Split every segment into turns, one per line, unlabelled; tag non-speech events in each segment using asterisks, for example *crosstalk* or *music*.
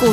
股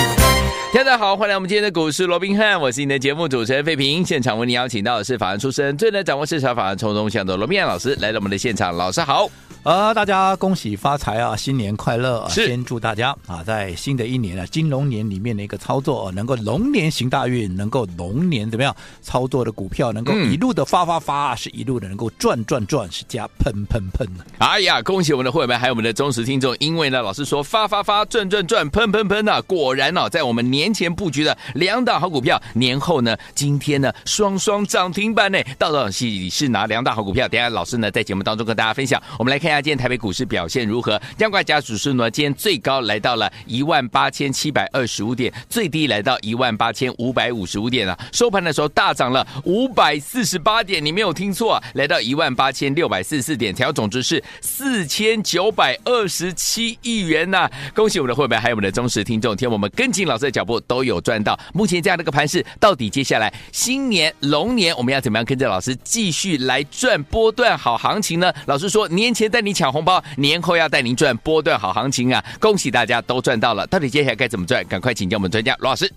大家好，欢迎来我们今天的股市罗宾汉，我是你的节目主持人费平。现场为你邀请到的是法案出身、最能掌握市场法案冲动向的罗宾汉老师来到我们的现场，老师好。
呃，大家恭喜发财啊，新年快乐！啊、
是
先祝大家啊，在新的一年啊，金龙年里面的一个操作、啊，能够龙年行大运，能够龙年怎么样操作的股票，能够
嗯
一路的发发发，是一路的能够赚赚赚，是加喷喷喷的。
哎呀，恭喜我们的会员还有我们的忠实听众，因为呢，老师说发发发、赚赚赚、喷喷喷啊，果然哦，在我们年前布局的两档好股票，年后呢，今天呢双双涨停板呢，到底是是哪两档好股票？等一下老师呢在节目当中跟大家分享。我们来看一下今天台北股市表现如何，加挂加指数呢，今天最高来到了一万八千七百二十五点，最低来到一万八千五百五十五点啊，收盘的时候大涨了五百四十八点，你没有听错、啊，来到一万八千六百四十四点，成交总值是四千九百二十七亿元呐、恭喜我们的会员，还有我们的忠实听众，听我们跟紧老师的脚步都有赚到。目前这样的一个盘势，到底接下来新年龙年我们要怎么样跟着老师继续来赚波段好行情呢？老师说年前带你抢红包，年后要带您赚波段好行情啊！恭喜大家都赚到了，到底接下来该怎么赚？赶快请教我们专家罗老师。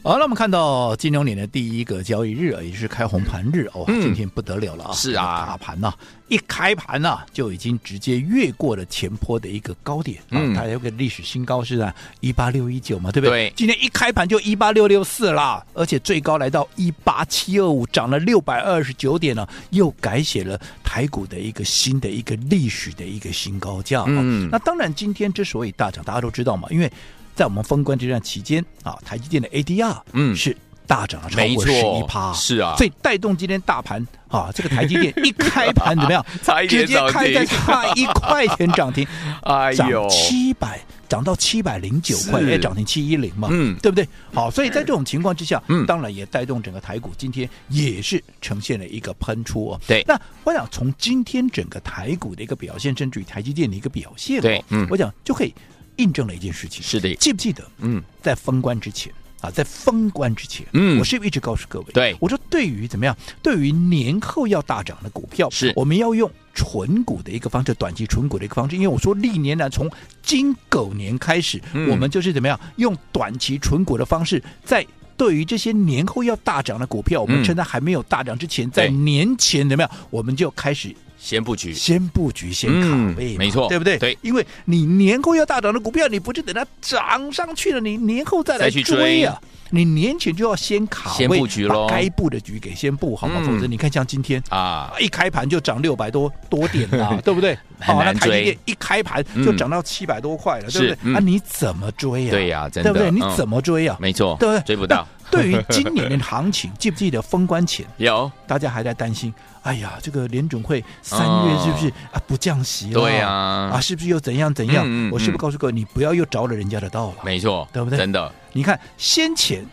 好，那我们看到金融年的第一个交易日啊，也就是开红盘日哦，
嗯
今天不得了了啊！
是啊
大盘呐、一开盘呐、就已经直接越过了前坡的一个高点啊，
嗯
它有个历史新高是啊一八六一九嘛，对不对？
对
今天一开盘就一八六六四啦，而且最高来到一八七二五，涨了六百二十九点呢、又改写了台股的一个新的一个历史的一个新高价、哦。
嗯
那当然，今天之所以大涨，大家都知道嘛，因为在我们封关这段期间啊，台积电的 ADR
嗯
是大涨了超
没
过
错
十一趴，
是啊？
所以带动今天大盘啊，这个台积电一开盘怎么样
*laughs* 差一点
直接开
涨
在
停
差一块钱涨停，
*laughs* 哎
涨七百，涨到七百零九块，
是
哎，涨停七一零嘛，
嗯
对不对？好，所以在这种情况之下，
嗯
当然也带动整个台股今天也是呈现了一个喷出哦。
对
那我想从今天整个台股的一个表现，甚至于台积电的一个表现、哦，
对嗯
我想就可以印证了一件事情，
是的
记不记得？
嗯，
在封关之前。啊，在封关之前，
嗯
我是不是一直告诉各位，
对
我说对于怎么样，对于年后要大涨的股票，
是
我们要用纯股的一个方式，短期纯股的一个方式，因为我说历年呢，从金狗年开始，
嗯
我们就是怎么样用短期纯股的方式，在对于这些年后要大涨的股票，我
嗯
们趁它还没有大涨之前，在
对
年前怎么样，我们就开始
先布局
先布局，先
嗯
卡位嘛、
没错
对不对？
对
因为你年后要大涨的股票，你不是等它涨上去了，你年后再
再
来
去
追啊。你年前就要先卡位，
先布局咯
把该布的局给先布好嘛，
嗯
否则你看像今天
啊，
一开盘就涨六百多多点
*laughs*
啦、对不对？
很
好、
难
那台积
追嗯
电一开盘就涨到七百多块了，对不
是
对？
嗯
啊，你怎么追呀、
对呀真的
对不对？你
嗯
怎么追呀、啊
没错，
*laughs* 对不对？
追不到，
那对于今
*laughs*
年的行情，记不记得封关前
有
大家还在担心，哎呀，这个联准会三月是不是、啊不降息了？
哦对呀
啊，是不是又怎样怎样？
嗯嗯
我是不
嗯
是告诉各位，你不要又着了人家的道了？
没错，
对不对
真的，
你看先前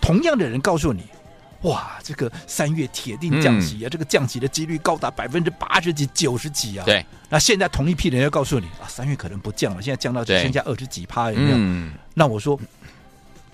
同样的人告诉你。哇，这个三月铁定降
嗯
息啊！这个降息的几率高达百分之八十几、九十几啊！，
对，
那现在同一批人要告诉你啊，三月可能不降了，现在降到只
对
剩下二十几趴，有没有？
嗯，
那我说，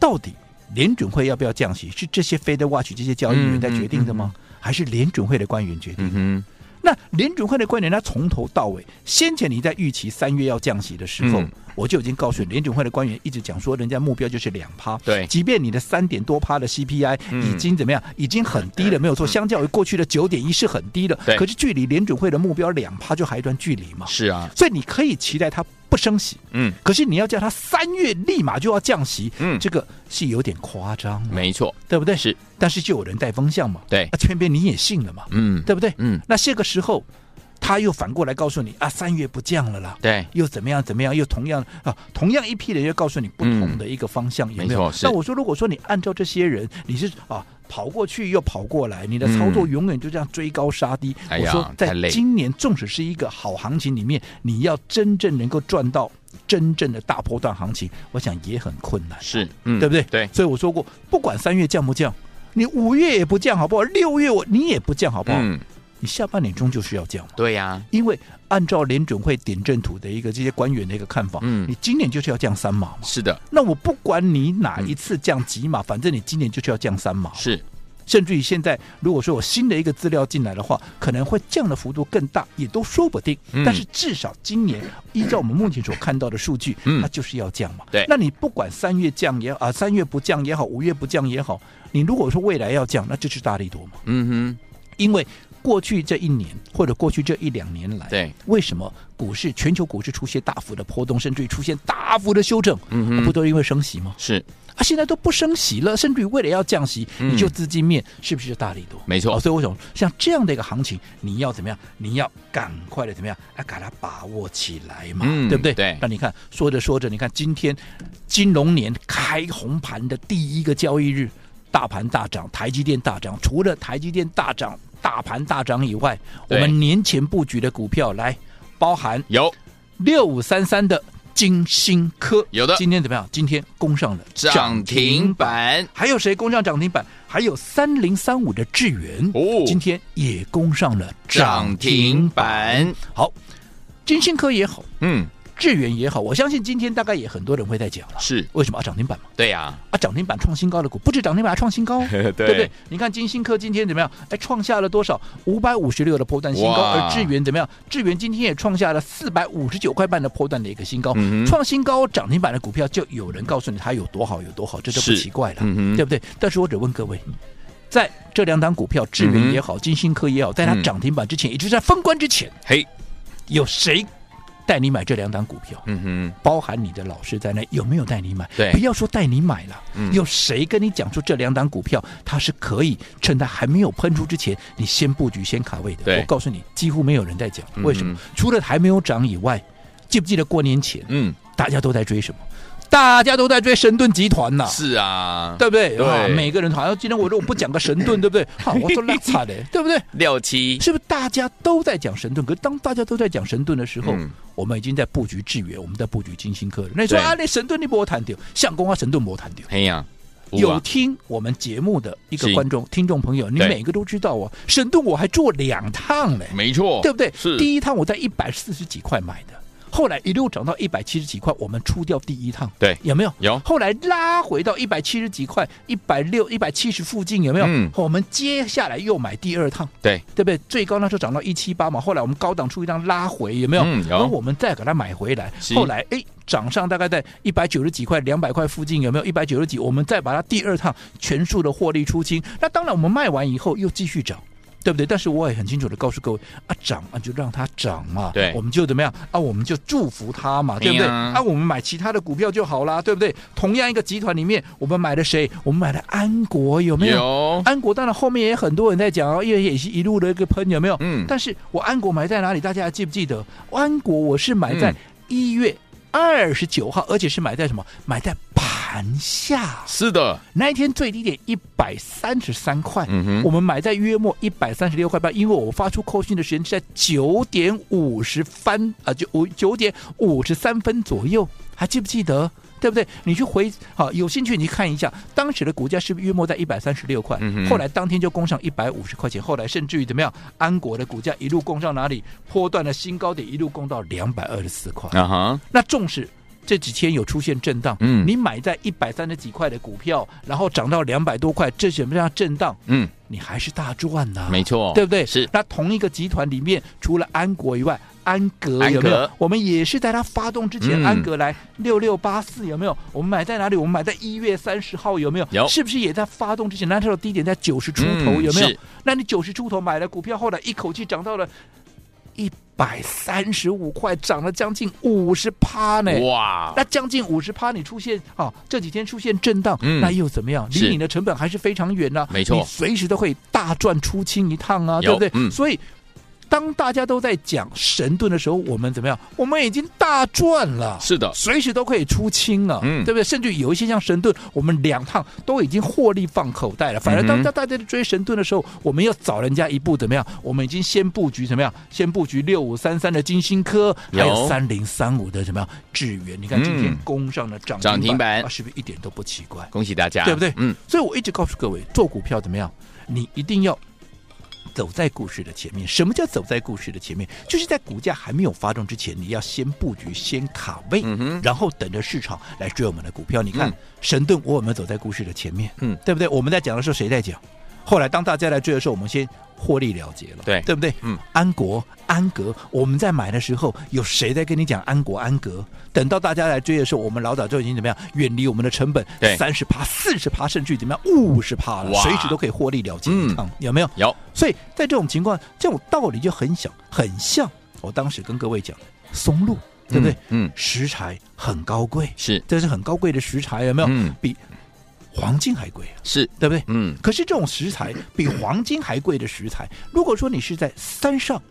到底联准会要不要降息，是这些 Fed Watch 这些交易员在决定的吗？还是联准会的官员决定？
嗯
那联准会的官员，他从头到尾，先前你在预期三月要降息的时候，
嗯
我就已经告诉你，联准会的官员一直讲说，人家目标就是两趴。
对
即便你的三点多趴的 CPI
嗯
已经怎么样，已经很低了，没有错，相较于过去的九点一是很低的
对，
可是距离联准会的目标两趴就还有一段距离
哼，。
嘛
是啊，
所以你可以期待它不升息，
嗯，
可是你要叫他三月立马就要降息，
嗯
这个是有点夸张了，
没错，
对不对？
是，
但是就有人带风向嘛，
对
那、偏偏你也信了嘛，
嗯，
对不对？
嗯，
那这个时候他又反过来告诉你啊，三月不降了啦，
对，
又怎么样怎么样，又同样啊，同样一批人又告诉你不同的一个方向，有没
没错
有？
是
那我说，如果说你按照这些人，你是啊跑过去又跑过来，你的操作
嗯
永远就这样追高杀低。
哎
我
呀
说，
太
在
累
今年纵使是一个好行情里面，你要真正能够赚到真正的大波段行情，我想也很困难。
是，嗯，
对不对？
对，
所以我说过，不管三月降不降，你五月也不降，好不好？六月我你也不降，好不好？
嗯，
你下半年终究是要降嘛。
对呀、
因为按照联准会点阵图的一个这些官员的一个看法，
嗯
你今年就是要降三码嘛。
是的，
那我不管你哪一次降几
嗯
码，反正你今年就是要降三码。
是
甚至于现在，如果说有新的一个资料进来的话，可能会降的幅度更大，也都说不定。
嗯
但是至少今年，依照我们目前所看到的数据，
嗯
它就是要降嘛。
对
那你不管三月降也好啊，三月不降也好，五月不降也好，你如果说未来要降，那就是大力多嘛。
嗯
因为过去这一年或者过去这一两年来，
对，
为什么股市全球股市出现大幅的波动，甚至于出现大幅的修正，
嗯哼
不都因为升息吗
哼，？是
啊，现在都不升息了，甚至于为了要降息，
嗯
你就资金面是不是就大力多？
没错
哦所以我想像这样的一个行情，你要怎么样？你要赶快的怎么样？啊，把它把握起来嘛，
嗯
对不对？
对
那你看，说着说着，你看今天金融年开红盘的第一个交易日，大盘大涨，台积电大涨。除了台积电大涨、大盘大涨以外，我
对
们年前布局的股票来包含
有
六五三三的金星科，
有的
今天怎么样？今天攻上了
涨停。板，
还有谁攻上涨停板？还有三零三五的智源
哦
今天也攻上了
涨
涨
停
停
板
板。好，金星科也好，
嗯，
智源也好，我相信今天大概也很多人会在讲了。
是
为什么啊？涨停板嘛，
对呀、
啊，涨停板创新高的股，不止涨停板，还创
*laughs*
新高哦、
对
*laughs* 对不对？你看金星科今天怎么样？哎，创下了多少？五百五十六的波段新高。
哇
而智源怎么样？智源今天也创下了四百五十九块半的波段的一个新高。
嗯哼
创新高涨停板的股票，就有人告诉你它有多好有多好，这都不
是
奇怪了，
嗯哼
对不对？但是我只问各位。在这两档股票，智
嗯
源
哼
也好，金星科也好，在它
嗯
涨停板之前，也就是在封关之前，
嘿，
有谁带你买这两档股票？
嗯
包含你的老师在内，有没有带你买？
对
不要说带你买了，
嗯
有谁跟你讲说这两档股票它是可以趁它还没有喷出之前，你先布局、先卡位的？
对
我告诉你，几乎没有人在讲，
嗯
为什么？除了还没有涨以外，记不记得过年前
哼，嗯，
大家都在追什么？大家都在追神盾集团呐、
是啊，
对不对？
对
啊每个人好像今天我如果不讲个神盾，对不对？好，我说拉
*laughs*
差的，对不对？
六七，
是不是大家都在讲神盾？可是当大家都在讲神盾的时候，
嗯
我们已经在布局智源，我们在布局金星科了。那你说
对
啊，那神盾你没谈掉，相公啊，神盾没谈掉。
嘿呀、五
有
啊
听我们节目的一个
是
观众、听众朋友，你
对
每个都知道哦，神盾我还做两趟嘞，
没错，
对不对？
哦是
第一趟我在一百四十几块买的，后来一路涨到一百七十几块，我们出掉第一趟，
对
有没有？
有
后来拉回到一百七十几块、一百六、一百七十附近，有没有？
嗯
我们接下来又买第二趟，
对，
对不对？最高那时候涨到一七八嘛，后来我们高档出一张拉回，有没有？
嗯有
然后我们再给它买回来
是，
后来哎涨上大概在一百九十几块、两百块附近，有没有？一百九十几，我们再把它第二趟全数的获利出清。那当然，我们卖完以后又继续涨。对不对？但是我也很清楚的告诉各位啊，涨啊就让它涨嘛，
对
我们就怎么样啊，我们就祝福它嘛，对不对？
哎呀
啊，我们买其他的股票就好啦，对不对？同样一个集团里面，我们买了谁？我们买了安国，有没有？
有
安国当然后面也很多人在讲哦，因为也是一路的一个喷，有没有？
嗯
但是我安国买在哪里？大家还记不记得？安国我是买在
嗯
一月二十九号，而且是买在什么？买在盘下。
是的，
那一天最低点一百三十三块，
嗯哼
我们买在约莫一百三十六块半，因为我发出扣讯的时间是在九点五十分啊，九五九点五十三分左右，还记不记得？对不对？你去回好，有兴趣你去看一下，当时的股价是不是约莫在一百三十六块？
嗯哼
后来当天就攻上一百五十块钱，后来甚至于怎么样？安国的股价一路攻上哪里？波段的新高点一路攻到两百二十四块。
啊哈，
那纵使这几天有出现震荡，
嗯
你买在一百三十几块的股票，然后涨到两百多块，这什么样震荡，
嗯，
你还是大赚呐、
没错，
啊对不对？
是
那同一个集团里面，除了安国以外，安格
安格
有没有？我们也是在它发动之
嗯
前，安格来六六八四有没有？我们买在哪里？我们买在一月三十号有没有？
有
是不是也在发动之前？那时候低点在九十出头、
嗯
有没有
是？
那你九十出头买了股票，后来一口气涨到了一百三十五块，涨了将近五十趴呢。
哇，
那将近五十趴，你出现啊，这几天出现震荡，
嗯
那又怎么样？
是
离你的成本还是非常远呢、啊
没错
你随时都会大赚出清一趟啊，对
有
不对？
嗯
所以。当大家都在讲神盾的时候，我们怎么样？我们已经大赚了，
是的
随时都可以出清啊，
嗯
对不对？甚至有一些像神盾，我们两趟都已经获利放口袋了。反而
嗯
当
哼
大家在追神盾的时候，我们要早人家一步，怎么样？我们已经先布局怎么样？先布局六五三三的金星科，还有
有嗯
三零三五的怎么样智源？你看今天攻上了涨
涨停板
啊，是不是一点都不奇怪？
恭喜大家，
对不对
嗯，
所以我一直告诉各位，做股票怎么样？你一定要走在股市的前面。什么叫走在股市的前面？就是在股价还没有发动之前，你要先布局，先卡位，
嗯哼
然后等着市场来追我们的股票。你看，
嗯
神盾我有没有走在股市的前面？
嗯
对不对？我们在讲的时候，谁在讲？后来当大家来追的时候，我们先获利了结了，
对
对不对？
嗯，
安国、安格，我们在买的时候，有谁在跟你讲安国、安格？等到大家来追的时候，我们老早就已经怎么样，远离我们的成本，
对
三十趴、四十趴，甚至于怎么样，五十趴了，
哇
随时都可以获利了结
嗯
一趟，有没有？
有，
所以在这种情况，这种道理就很小，很像我当时跟各位讲松露，对不对？
嗯嗯
食材很高贵，
是
这是很高贵的食材，有没有？
嗯
比黄金还贵啊，
是，
对不对？
嗯，
可是这种食材比黄金还贵的食材，如果说你是在山上，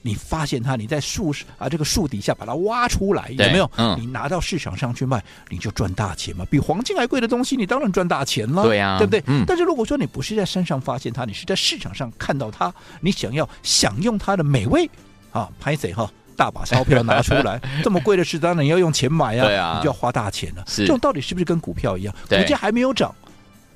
你发现它，你在树啊这个树底下把它挖出来，有
对
没有？
嗯
你拿到市场上去卖，你就赚大钱嘛。比黄金还贵的东西，你当然赚大钱了，
对呀
对不对？
嗯
但是如果说你不是在山上发现它，你是在市场上看到它，你想要享用它的美味啊，拍谁哈？大把钞票拿出
*laughs*
来，这么贵的事当然要用钱买啊，
对啊
你就要花大钱了、
是
这种道理是不是跟股票一样？股
对
价还没有涨，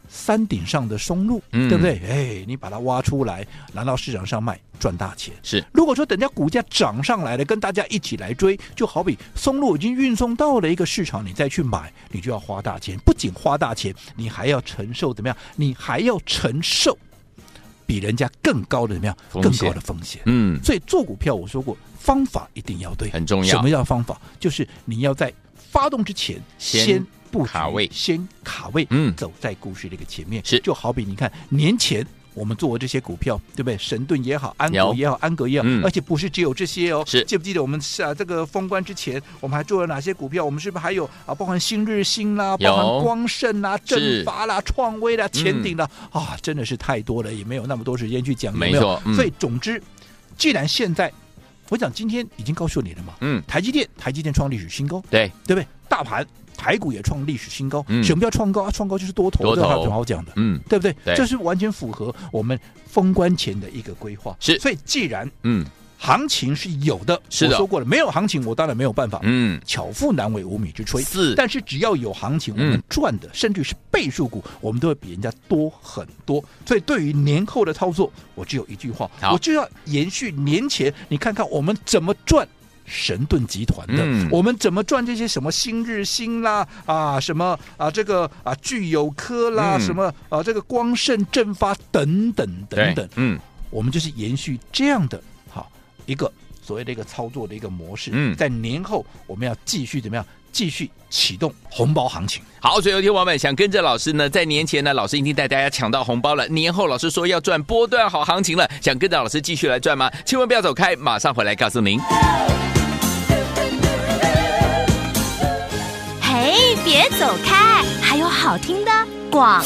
山顶上的松露，
嗯
对不对？哎，你把它挖出来，拿到市场上卖，赚大钱。
是
如果说等价股价涨上来了，跟大家一起来追，就好比松露已经运送到了一个市场，你再去买，你就要花大钱。不仅花大钱，你还要承受怎么样？你还要承受比人家更高的怎么样？
风
更
险
高的风险。
嗯，
所以做股票，我说过方法一定要对，
很重要
什么叫方法？就是你要在发动之前
先
布局
卡位
先卡位，
嗯
走在故事的一个前面。
是
就好比你看年前。我们做的这些股票，对不对？神盾也好，安
有
国也好，安格也好，
嗯
而且不是只有这些哦。
是
记不记得我们啊这个封关之前，我们还做了哪些股票？我们是不是还有啊，包含新日新啦，
有
包含光盛啦、
是嗯
振发啦、创威啦、前鼎啦、啊，真的是太多了，也没有那么多时间去讲。有
没
有
错嗯
所以总之，既然现在，我讲今天已经告诉你了嘛，
嗯，
台积电，台积电创历史新高，
对，
对不对？大盘台股也创历史新高，
嗯
什么叫创高啊？创高就是多头，
多
这还有
头
什么好讲的？
嗯
对不对？
对
这是完全符合我们封关前的一个规划。
是
所以既然
嗯
行情是有的，
是的
我说过了，没有行情我当然没有办法。
嗯，
巧妇难为无米之炊，
是
但是只要有行情，我
嗯
们赚的、甚至是倍数股，我们都会比人家多很多。所以对于年后的操作，我只有一句话，
好
我就要延续年前，你看看我们怎么赚。神盾集团的，
嗯
我们怎么赚这些什么新日新啦啊，什么啊这个啊聚友科啦，
嗯
什么啊这个光盛振发等等等
对，
等
嗯
我们就是延续这样的好一个所谓的一个操作的一个模式。
嗯
在年后我们要继续怎么样？继续启动红包行情。
好，所以有听众朋友们想跟着老师呢，在年前呢，老师已经带大家抢到红包了。年后老师说要赚波段好行情了，想跟着老师继续来赚吗？千万不要走开，马上回来告诉您。
嘿，别走开，还有好听的广。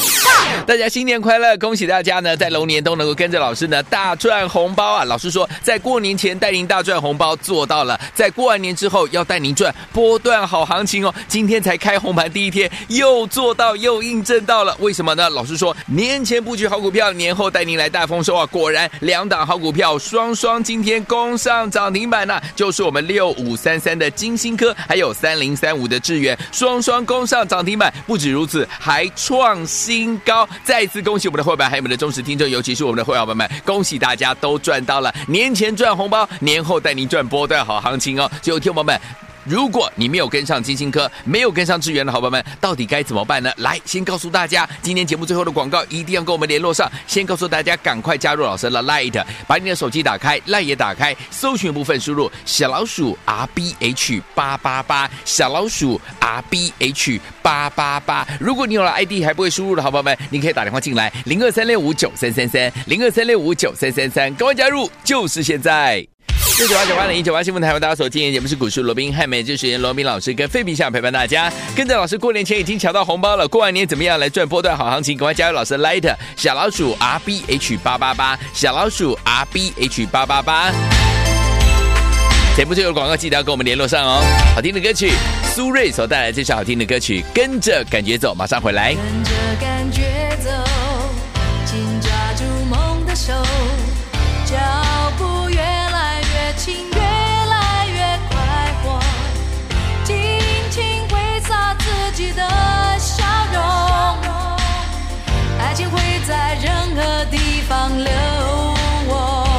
大家新年快乐！恭喜大家呢，在龙年都能够跟着老师呢大赚红包啊！老师说，在过年前带您大赚红包做到了，在过完年之后要带您赚波段好行情哦。 *laughs* 今天才开红盘第一天，又做到又印证到了，为什么呢？老师说，年前布局好股票，年后带您来大丰收啊！果然，两档好股票双双今天攻上涨停板呐、就是我们六五三三的金星科，还有三零三五的智源，双双攻上涨停板。不止如此，还创新高。再次恭喜我们的会员，还有我们的忠实听众，尤其是我们的会员朋友们，恭喜大家都赚到了，年前赚红包，年后带您赚波段好行情哦。所以，听众朋友们。如果你没有跟上金星科，没有跟上智源的好朋友们，到底该怎么办呢？来，先告诉大家，今天节目最后的广告一定要跟我们联络上。先告诉大家，赶快加入老师的 Light，把你的手机打开，Light 也打开，搜寻部分输入小老鼠 R B H 八八八，小老鼠 R B H 八八八。如果你有了 ID 还不会输入的好朋友们，你可以打电话进来，零二三六五九三三三，零二三六五九三三三，赶快加入，就是现在。六九八九八零一九八新闻台为大家所经营节目是股市罗宾汉美，这时间罗宾老师跟费比想陪伴大家，跟着老师过年前已经抢到红包了，过完年怎么样来赚波段好行情？赶快加入老师的 Light 小老鼠 R B H 八八八，小老鼠 R B H 八八八。节目最后的广告记得要跟我们联络上哦。好听的歌曲，苏芮所带来这首好听的歌曲《跟着感觉走》，马上回来。
跟着感觉走，紧抓住梦的手，脚步越来越轻，越来越快活，尽情挥洒自己的笑容，爱情会在任何地方留我。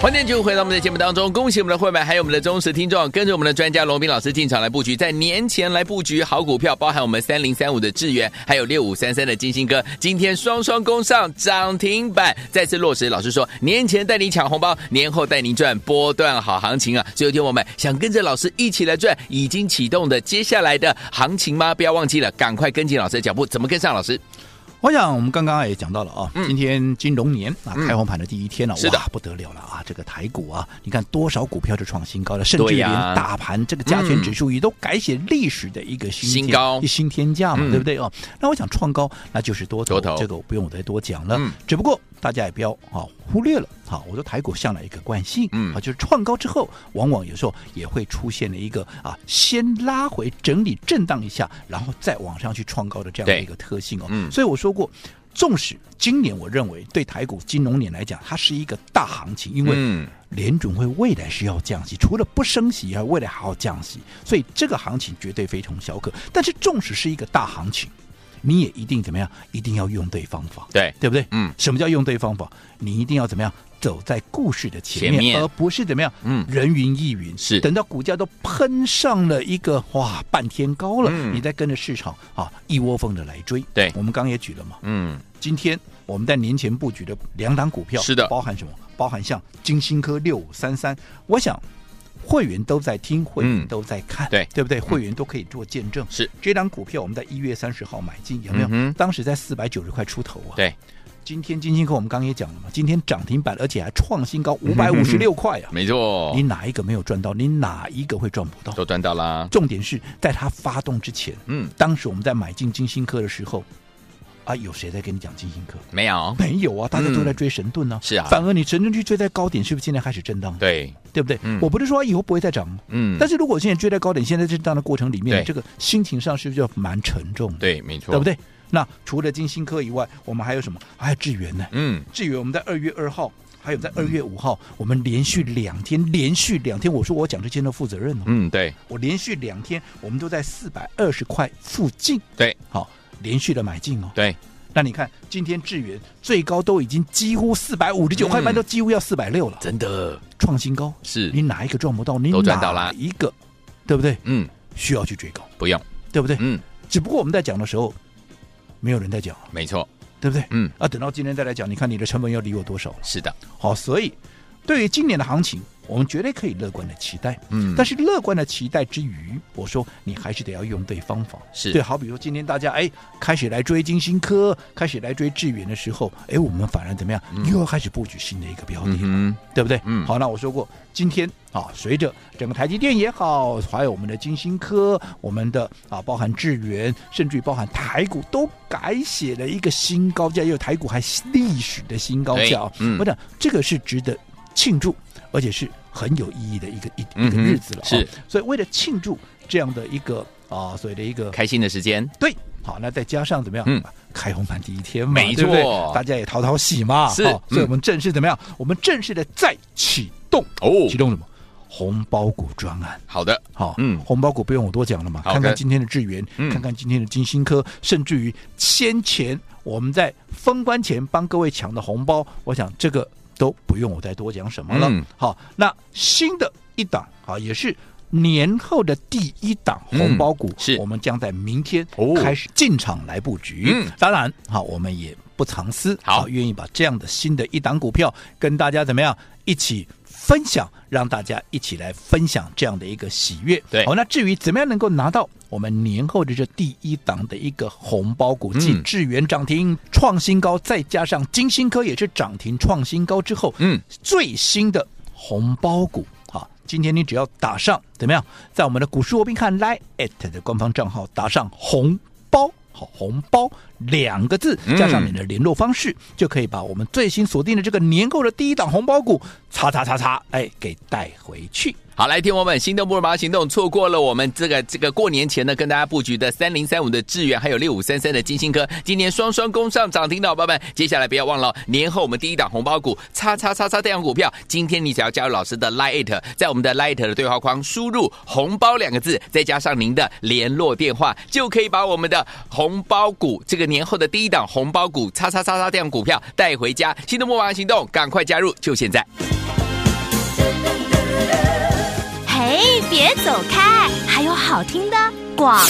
欢迎继续回到我们的节目当中，恭喜我们的会员，还有我们的忠实听众，跟着我们的专家龙斌老师进场来布局，在年前来布局好股票，包含我们三零三五的智源，还有六五三三的金星哥，今天双双攻上涨停板，再次落实老师说，年前带你抢红包，年后带您赚波段好行情啊！所有听我们想跟着老师一起来赚已经启动的接下来的行情吗？不要忘记了，赶快跟紧老师的脚步，怎么跟上老师？
我想我们刚刚也讲到了啊，
嗯
今天金融年啊
嗯
开红盘的第一天了、
是的
哇不得了了啊！这个台股啊，你看多少股票就创新高了，甚至
对呀
连大盘这个加权指数也都改写历史的一个新
新高
新天价嘛，
嗯
对不对啊？那我想创高那就是多
多
头，
头
这个我不用我再多讲了。
嗯
只不过大家也不要啊忽略了啊，我说台股向来一个惯性，
嗯
啊就是创高之后，往往有时候也会出现了一个啊先拉回整理震荡一下，然后再往上去创高的这样的
对
一个特性哦。
嗯
所以我说过，纵使今年我认为对台股金融年来讲，它是一个大行情，因为
嗯，
联准会未来是要降息，除了不升息以外，未来还要降息，所以这个行情绝对非同小可。但是纵使是一个大行情，你也一定怎么样？一定要用对方法。
对，
对不对？
嗯
什么叫用对方法？你一定要怎么样？走在故事的前面，
前面
而不是怎么样？
嗯
人云亦云。
是
等到股价都喷上了一个哇半天高了，
嗯
你再跟着市场啊一窝蜂的来追。
对
我们刚刚也举了嘛，
嗯，
今天我们在年前布局的两档股票，
是的
包含什么？包含像金星科六五三三，我想会员都在听，会员都在看，
嗯对嗯
对不对？会员都可以做见证。
是
这档股票我们在一月三十号买进，有没有？
嗯哼
当时在四百九十块出头啊。
对，
今天金星科我们刚刚也讲了嘛，今天涨停板，而且还创新
嗯
高五百五十六块啊！
没 *laughs* 错
你，哪一个没有赚到？你哪一个会赚不到？
都赚到啦。
重点是在它发动之前，
哦嗯，
当时我们在买进金星科的时候，啊，有谁在跟你讲金星科？
没有，
没有啊，大家都在追神盾呢、
嗯是啊
反而你神盾去追在高点，是不是现在开始震荡？，
对，
对不对？
嗯
我不是说以后不会再涨哦，
嗯，
但
是
是如果现在追在高点，现在震荡的过程里面，
对
这个心情上是不是就蛮沉重的？，
对，没错，
对不？对？那除了金星科以外，我们还有什么？还有智源呢？
嗯，
至于我们在二月二号，还有在二月五号，我们连续两天，连续两天，我说我讲这些都负责任哦。
嗯，对，
我连续两天，我们都在四百二十块附近，
对，
好、连续的买进哦。
对，
那你看，今天智源最高都已经几乎四百五十九块
嗯
半，都几乎要四百六了，
真的
创新高。
是
你，哪一个赚不到？你
嗯都赚到啦
哪一个，对不对？
嗯，
需要去追高，
不用，
对不对？
嗯，
只不过我们在讲的时候，没有人在讲，
没错，
对不对？
嗯，
啊，等到今天再来讲，你看你的成本要离我多少？
是的，
好，所以对于今年的行情，我们绝对可以乐观的期待。
嗯
但是乐观的期待之余，我说你还是得要用对方法。
是
对，好比说今天大家哎开始来追金星科，开始来追智源的时候，哎，我们反而怎么样？又要开始布局新的一个标的。
嗯
对不对？
嗯
好，那我说过，今天啊，随着整个台积电也好，还有我们的金星科，我们的啊，包含智源，甚至于包含台股，都改写了一个新高价，因为台股还历史的新高价哦
对嗯
我想这个是值得庆祝，而且是很有意义的一个一一
嗯
个
哼
日子了、哦。
是，
所以为了庆祝这样的一个啊，所谓的一个
哼，开心的时间，
对，好，那再加上怎么样？
嗯
开红盘第一天嘛，
没
对不对
错
大家也讨讨喜嘛。
是
好所
嗯
以我们正式怎么样？我们正式的再启动，
哦
启动什么？红包股专案。
好的，
好，
嗯
红包股不用我多讲了嘛，
好的
看看今天的智源，
嗯
看看今天的金星科，甚至于先前我们在封关前帮各位抢的红包，我想这个都不用我再多讲什么了。
嗯
好，那新的一档啊，也是。年后的第一档红包股，
嗯是
我们将在明天
哦
开始进场来布局。
嗯
当然，好，我们也不藏私，
好
啊愿意把这样的新的一档股票跟大家怎么样一起分享，让大家一起来分享这样的一个喜悦。
对
好，那至于怎么样能够拿到我们年后的这第一档的一个红包股，
嗯
继智源涨停创新高，再加上金星科也是涨停创新高之后，
嗯，
最新的红包股啊。今天你只要打上怎么样，在我们的股市罗宾看 Line at 的官方账号打上红包。好，红包两个字
嗯
加上你的联络方式，就可以把我们最新锁定的这个年购的第一档红包股，叉叉叉叉，哎，给带回去。
好，来，听我们心动不如马上行动，错过了我们这个这个过年前呢跟大家布局的三零三五的智远，还有六五三三的金星科，今年双双攻上涨停的伙伴们，接下来不要忘了年后我们第一档红包股叉叉叉叉太阳股票，今天你只要加入老师的 Lite，在我们的 Lite 的对话框输入“红包”两个字，再加上您的联络电话，就可以把我们的红包股这个年后的第一档红包股叉叉叉叉太阳股票带回家。心动不如马上行动，赶快加入，就现在。
嘿，别走开，还有好听的广。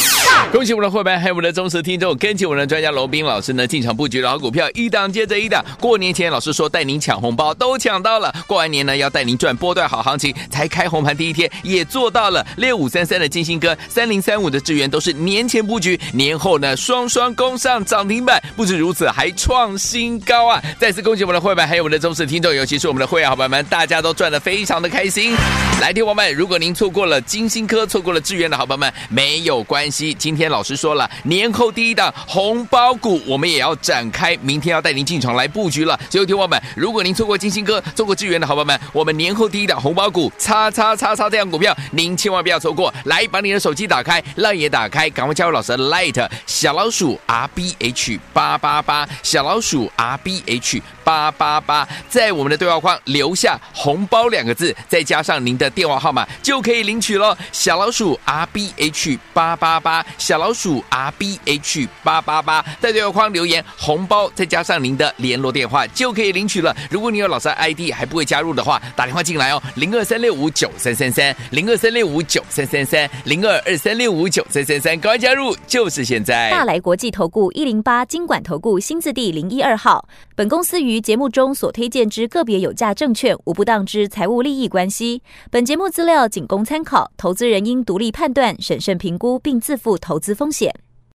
恭喜我们的会员，还有我们的忠实听众，跟紧我们的专家罗斌老师呢进场布局了好股票，一档接着一档。过年前老师说带您抢红包，都抢到了；过完年呢要带您赚波段好行情，才开红盘第一天也做到了。六五三三的金星哥，三零三五的智源都是年前布局，年后呢双双攻上涨停板。不止如此，还创新高啊！再次恭喜我们的会员，还有我们的忠实听众，尤其是我们的会员好朋友们，大家都赚得非常的开心。来，听众朋友们，如果您错过了金星科、错过了智源的好朋友们，没有关系。今天老师说了，年后第一档红包股，我们也要展开，明天要带您进场来布局了。所以，听众朋友们，如果您错过金星科、错过智源的好朋友们，我们年后第一档红包股，叉叉叉叉这样股票，您千万不要错过。来，把你的手机打开，浪也打开，赶快加入老师的 Light 小老鼠 R B H 八八八，小老鼠 R B H 八八八，在我们的对话框留下“红包”两个字，再加上您的电话号码，就可以领取喽。小老鼠 R B H 八八八，小老鼠 R B H 八八八，在对话框留言“红包”，再加上您的联络电话，就可以领取了。如果你有老师的 ID 还不会加入的话，打电话进来哦，零二三六五九三三三，零二三六五九三三三，零二二三六五九三三三，赶快加入，就是现在。
大来国际投顾一零八金管投顾新字第零一二号。本公司于节目中所推荐之个别有价证券，无不当之财务利益关系。本节目资料仅供参考，投资人应独立判断、审慎评估，并自负投资风险。